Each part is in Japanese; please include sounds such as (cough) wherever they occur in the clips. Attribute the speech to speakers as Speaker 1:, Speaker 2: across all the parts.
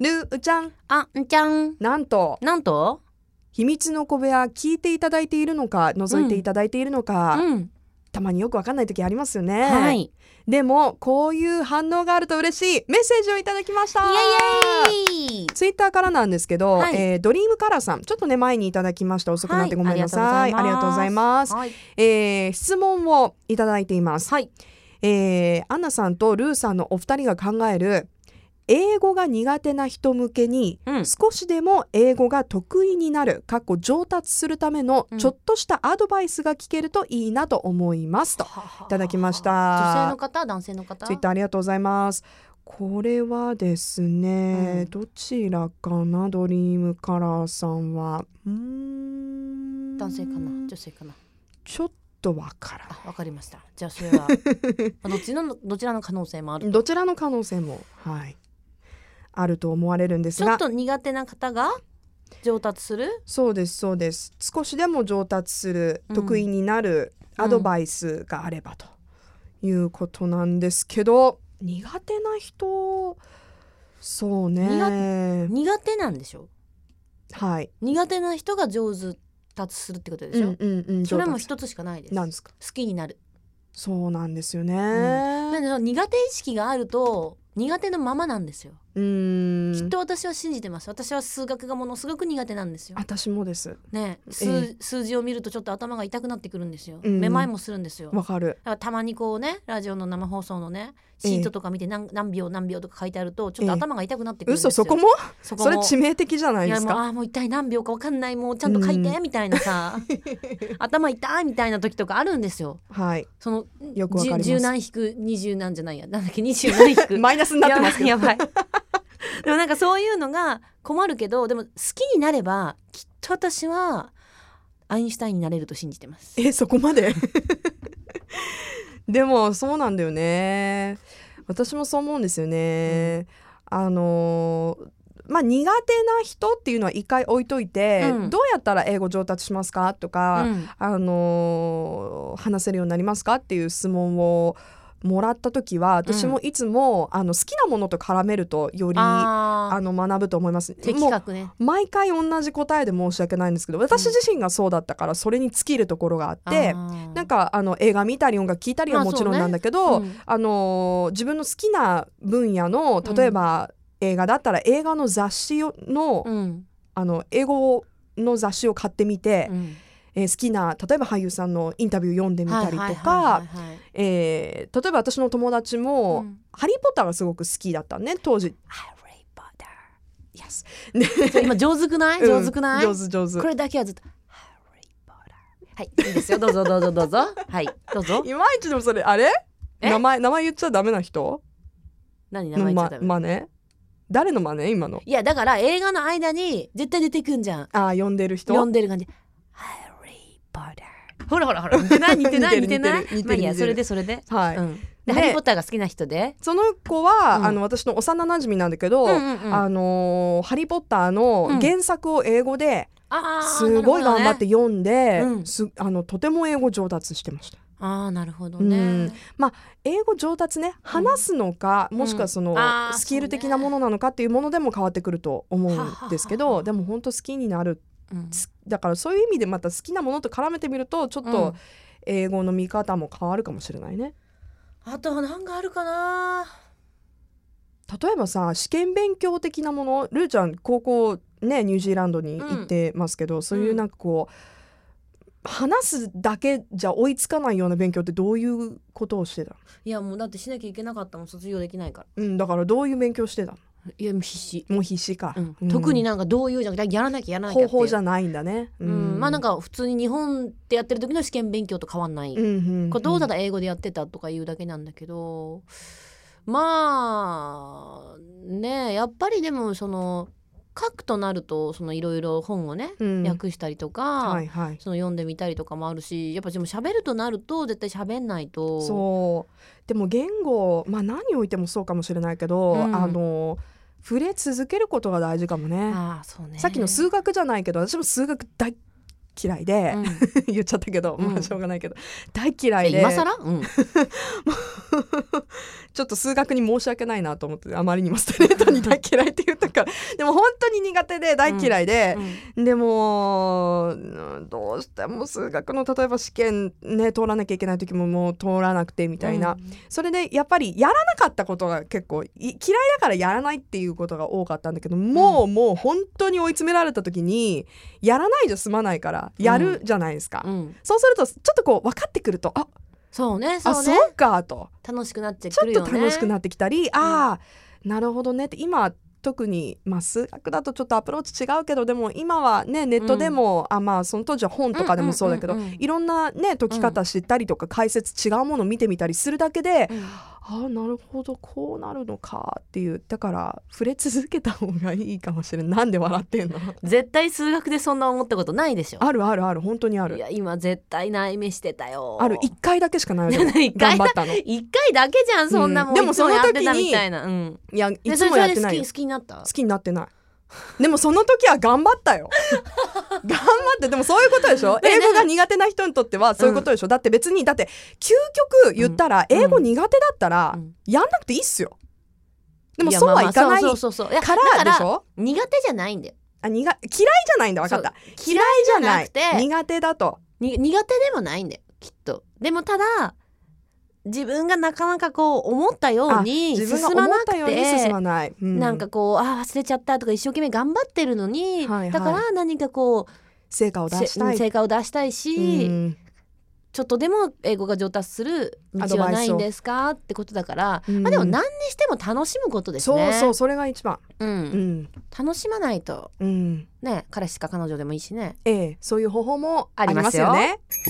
Speaker 1: ルーちゃん
Speaker 2: あんちゃん
Speaker 1: なんと
Speaker 2: なんと
Speaker 1: 秘密の小部屋聞いていただいているのか覗いていただいているのか、
Speaker 2: うん
Speaker 1: たまによくわかんない時ありますよね、
Speaker 2: はいイエ
Speaker 1: でもこういう反応があると嬉しいメッセージをいただきました
Speaker 2: イイエイ
Speaker 1: ツイッターからなんですけど、
Speaker 2: はい
Speaker 1: えードリームカラーさんちょっとね前にいただきました遅くなってごめんなさい、
Speaker 2: は
Speaker 1: ありがとうございます
Speaker 2: はい
Speaker 1: えー質問をいただいています、
Speaker 2: はい
Speaker 1: えーアンナさんとルーさんのお二人が考える英語が苦手な人向けに
Speaker 2: うん
Speaker 1: 少しでも英語が得意になる、かっこ上達するための
Speaker 2: うん
Speaker 1: ちょっとしたアドバイスが聞けるといいなと思いますといただきました
Speaker 2: 女性の方男性の方
Speaker 1: ツイッターありがとうございます。これはですね、
Speaker 2: うん
Speaker 1: どちらかなドリームカラーさんはうーん
Speaker 2: 男性かな女性かな
Speaker 1: ちょっとわから
Speaker 2: あわかりましたじゃあそれ
Speaker 1: (laughs)
Speaker 2: はまあどっちのどちらの可能性もあ
Speaker 1: ない
Speaker 2: る
Speaker 1: どちらの可能性もはいあると思われるんです
Speaker 2: ちょ
Speaker 1: が
Speaker 2: っと苦手な方が上達する
Speaker 1: そうですそうです少しでも上達する、
Speaker 2: うん
Speaker 1: 得意になる
Speaker 2: うん
Speaker 1: アドバイスがあればということなんですけど、苦手な人そうね
Speaker 2: 苦手なんでしょ
Speaker 1: はい、
Speaker 2: 苦手な人が上手達するってことで
Speaker 1: う
Speaker 2: し
Speaker 1: ん
Speaker 2: ょ、
Speaker 1: うんうん、
Speaker 2: それ
Speaker 1: 上
Speaker 2: も
Speaker 1: 達
Speaker 2: 一つしかないです
Speaker 1: なん
Speaker 2: 好
Speaker 1: ですか
Speaker 2: きになる
Speaker 1: そうなんですよ
Speaker 2: なん
Speaker 1: ね。
Speaker 2: でその苦手意識があると苦手のままなんですよ
Speaker 1: うーん。
Speaker 2: きっと私は信じてます私は数学がものすごく苦手なんですよ
Speaker 1: 私もです。
Speaker 2: ね数
Speaker 1: え
Speaker 2: 数字を見るとちょっと頭が痛くなってくるんですよ、
Speaker 1: うん
Speaker 2: めまいもするんですよ
Speaker 1: わかる。
Speaker 2: だからたまにこうねラジオの生放送のねシートとか見て何,、何秒何秒とか書いてあるとちょっと
Speaker 1: ええ
Speaker 2: 頭が痛くなってくるんですよ、
Speaker 1: 嘘そこも
Speaker 2: そこ
Speaker 1: それ
Speaker 2: も
Speaker 1: 致命的じゃない
Speaker 2: い
Speaker 1: で
Speaker 2: や
Speaker 1: す
Speaker 2: もう
Speaker 1: か。
Speaker 2: あーもう一体何秒か分かんないもうちゃんと書いて、
Speaker 1: う
Speaker 2: みたい
Speaker 1: (laughs)
Speaker 2: なさ頭痛いみたいな時とかあるんですよ
Speaker 1: はい。
Speaker 2: その
Speaker 1: よくわかります
Speaker 2: じゅ十何引く二十何じゃないやなんだっけ二十何引く
Speaker 1: マイナスになってますけど。
Speaker 2: や (laughs) ばいやばいでもなんかそういうのが困るけどでも好きになればきっと私はアインシュタインになれると信じてます
Speaker 1: えそ (laughs) こまで。でもそうなんだよね。私もそう思うんですよね。あのーまあ、苦手な人っていうのは一回置いといて、
Speaker 2: うん
Speaker 1: どうやったら英語上達しますかとか、
Speaker 2: うん
Speaker 1: あのー話せるようになりますかっていう質問をもらった時は私もいつも、あの好きなものと絡めるとよりあ
Speaker 2: あー
Speaker 1: の学ぶと思います。
Speaker 2: 的
Speaker 1: もう
Speaker 2: 確ね
Speaker 1: 毎回同じ答えで申し訳ないんですけど私自身がそうだったからそれに尽きるところがあって、なん
Speaker 2: か、
Speaker 1: かあの映画見たり音楽聴いたりは
Speaker 2: まあ
Speaker 1: もちろん
Speaker 2: そうね
Speaker 1: なんだけど、
Speaker 2: うん
Speaker 1: あのー自分の好きな分野の例えば、映画だったら映画の雑誌をの,、
Speaker 2: うん
Speaker 1: あの英語の雑誌を買ってみて、
Speaker 2: うん
Speaker 1: えー好きな例えば俳優さんのインタビュー読んでみたり
Speaker 2: は
Speaker 1: と
Speaker 2: いはいはい
Speaker 1: か
Speaker 2: はいはい
Speaker 1: えー例えば私の友達
Speaker 2: う
Speaker 1: も
Speaker 2: ん
Speaker 1: 「ハリー・ポッター」がすごく好きだったね当時。
Speaker 2: ハリーポッター
Speaker 1: Yes (laughs)
Speaker 2: それ今上手くない上手くない、
Speaker 1: うん上手上手
Speaker 2: これだけはずっとハリーポッターはいいいですよどうぞどうぞどうぞはいどうぞ
Speaker 1: いまいちでもそれあれ
Speaker 2: え
Speaker 1: 名前名前言っちゃダメな人
Speaker 2: 何名
Speaker 1: の
Speaker 2: 前言っちゃ
Speaker 1: ま
Speaker 2: ダメ
Speaker 1: 真似誰の真似今の
Speaker 2: いやだから映画の間に絶対出てくんじゃん
Speaker 1: ああ呼んでる人
Speaker 2: 読んでる感じ。ハリー・ポッター。ほらほらほら。似てな
Speaker 1: (laughs)
Speaker 2: い似てない
Speaker 1: 似て
Speaker 2: 似て
Speaker 1: る
Speaker 2: ない。
Speaker 1: 似てる似てる
Speaker 2: まあいい
Speaker 1: 似
Speaker 2: や
Speaker 1: てる
Speaker 2: それでそれで。
Speaker 1: はい、
Speaker 2: うん。で
Speaker 1: ね
Speaker 2: ハリー・ポッターが好きな人で。
Speaker 1: その子は、
Speaker 2: うん
Speaker 1: あの私の幼馴染なんだけど、
Speaker 2: うんうんうん
Speaker 1: あのーハリー・ポッター」の原作を英語で
Speaker 2: あー
Speaker 1: すごい頑張って。読んで、
Speaker 2: なるほどねうん
Speaker 1: すあのとても英語上達してました。
Speaker 2: なるほどねあーなるほど
Speaker 1: うん
Speaker 2: ね。
Speaker 1: 英語上達ね話すのか、もしくはその、
Speaker 2: うんあー
Speaker 1: スキル的なものなのかっていうものでも変わってくると思うんですけ
Speaker 2: はは
Speaker 1: ど
Speaker 2: は
Speaker 1: でも本当好きになる
Speaker 2: うん
Speaker 1: つだからそういう意味でまた好きなものと絡めてみるとちょっ
Speaker 2: う
Speaker 1: と
Speaker 2: ん
Speaker 1: 英語の見方も変わるかもしれないね。
Speaker 2: あとは何があるかな。
Speaker 1: 例えばさ試験勉強的なものルーちゃん高校ねニュージーランドに行ってますけど、そういうなんかこう、話すだけじゃ追いつかないような勉強ってどういうことをしてたの、
Speaker 2: いやもうだってしなきゃいけなかったもん卒業できないか
Speaker 1: うん、だからどういう勉強してたの
Speaker 2: ら。いやもう必死。
Speaker 1: もう必死か、
Speaker 2: うん
Speaker 1: うん
Speaker 2: 特になんかどういうじゃなくてやらなきゃやらなきゃってい
Speaker 1: 方
Speaker 2: う。
Speaker 1: 法じゃないんだね。
Speaker 2: うん。まあなんか普通に日本でやってる時の試験勉強と変わんない。
Speaker 1: うんうん
Speaker 2: これどうだったら英語でやってたとか言うだけなんだけどまあねやっぱりでもその書くとなるとそのいろいろ本をね、
Speaker 1: うん
Speaker 2: 訳したりとか、
Speaker 1: はいはい。
Speaker 2: その読んでみたりとかもあるしやっぱでも喋るとなると絶対喋んないと
Speaker 1: そうでも言語まあ何においてもそうかもしれないけど、
Speaker 2: うん
Speaker 1: あの触れ続けることが大事かもね。
Speaker 2: ああそうね
Speaker 1: さっきの数学じゃないけど私も数学大嫌いで、
Speaker 2: うん
Speaker 1: (laughs) 言っちゃったけど、
Speaker 2: うん
Speaker 1: まあしょうがないけど大嫌い
Speaker 2: え
Speaker 1: で
Speaker 2: 今更うん
Speaker 1: ちょっと数学に申し訳ないなと思ってあまりにもストレートに大嫌いって言ったか
Speaker 2: (laughs)
Speaker 1: でも本当に苦手で大嫌いで、でもうんどうしても数学の例えば試験ね通らなきゃいけない時ももう通らなくてみたいな、それでやっぱりやらなかったことが結構い嫌いだからやらないっていうことが多かったんだけどもう、もう本当に追い詰められた時にやらないじゃ済まないからやるじゃないですか、
Speaker 2: うんうん
Speaker 1: そうするとちょっとこう分かってくるとあ
Speaker 2: そうねそ
Speaker 1: あ
Speaker 2: う
Speaker 1: そ
Speaker 2: ね
Speaker 1: うかと
Speaker 2: 楽しくなって
Speaker 1: ち
Speaker 2: く
Speaker 1: ょっ
Speaker 2: る
Speaker 1: と
Speaker 2: よね
Speaker 1: 楽しくなってきたり、ああなるほどねって今特に、まあ、数学だとちょっとアプローチ違うけどでも今はねネットでも、あまあその当時は本とかでもそうだけど、
Speaker 2: んんんん
Speaker 1: いろんなね解き方知ったりとか、解説違うもの見てみたりするだけで、
Speaker 2: うん
Speaker 1: ああなるほどこうなるのかっていうだから触れ続けた方がいいかもしれないなんで笑ってんの
Speaker 2: 絶対数学でそんな思ったことないでし
Speaker 1: (laughs)
Speaker 2: ょ
Speaker 1: あるあるある本当にあ
Speaker 2: い
Speaker 1: る
Speaker 2: や今絶対内目してたよ
Speaker 1: ある1回だけしかないの
Speaker 2: 一
Speaker 1: 頑
Speaker 2: 回
Speaker 1: 張ったのい
Speaker 2: 一回だけじゃんそんなもん、
Speaker 1: うんでも
Speaker 2: いつやってた
Speaker 1: その時に
Speaker 2: みたいな、うん、
Speaker 1: やい
Speaker 2: で
Speaker 1: つもやって
Speaker 2: それ
Speaker 1: ないよ
Speaker 2: それで好き好きになった
Speaker 1: 好きになってないでもその時は頑張った (laughs) よ頑張ってでもそういうことで (laughs) しょ
Speaker 2: ね
Speaker 1: 英語が苦手な人にとってはそういうことでしょ、だって別にだって究極言ったら
Speaker 2: うん
Speaker 1: 英語苦手だったら
Speaker 2: うん
Speaker 1: やんなくていいっすよでも
Speaker 2: や
Speaker 1: そうはいかない
Speaker 2: まあまあそうそうそうそういや
Speaker 1: からで
Speaker 2: だ
Speaker 1: しょ
Speaker 2: 苦手じゃないんだよ
Speaker 1: あ苦嫌いじゃないんだ分かった
Speaker 2: そう
Speaker 1: 嫌いじゃない
Speaker 2: 嫌いじゃなくて
Speaker 1: 苦手だと
Speaker 2: に苦手でもないんだよきっとでもただ自分がなかなかこう思ったように
Speaker 1: 自
Speaker 2: 進
Speaker 1: 分が
Speaker 2: ま
Speaker 1: 思っ
Speaker 2: なく
Speaker 1: た
Speaker 2: て
Speaker 1: ように進まない、う
Speaker 2: なんかこうあー忘れちゃったとか一生懸命頑張ってるのに、
Speaker 1: はいはい
Speaker 2: だから何かこ
Speaker 1: 成果を
Speaker 2: う
Speaker 1: 出したい
Speaker 2: せ成果を出したいし、
Speaker 1: うん
Speaker 2: ちょっとでも英語が上達する道はないんですかってことだから、
Speaker 1: うん
Speaker 2: まあ、でも何にしても楽しむことです
Speaker 1: そう
Speaker 2: ね。
Speaker 1: そうそれが一番
Speaker 2: うん
Speaker 1: うん
Speaker 2: 楽しまないと
Speaker 1: うん
Speaker 2: ね彼氏か彼女でもいいしね。
Speaker 1: ええそういう方法もありますよ
Speaker 2: あり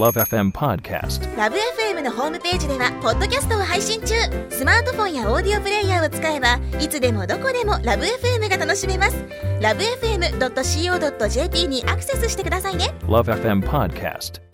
Speaker 2: ます
Speaker 1: ね
Speaker 3: Love FM Podcast.
Speaker 4: ラブ f m のホームページではポッドキャストを配信中スマートフォンやオーディオプレイヤーを使えばいつでもどこでもラブ f m が楽しめますラブ FM.co.jp にアクセスしてくださいね
Speaker 3: Love FM Podcast.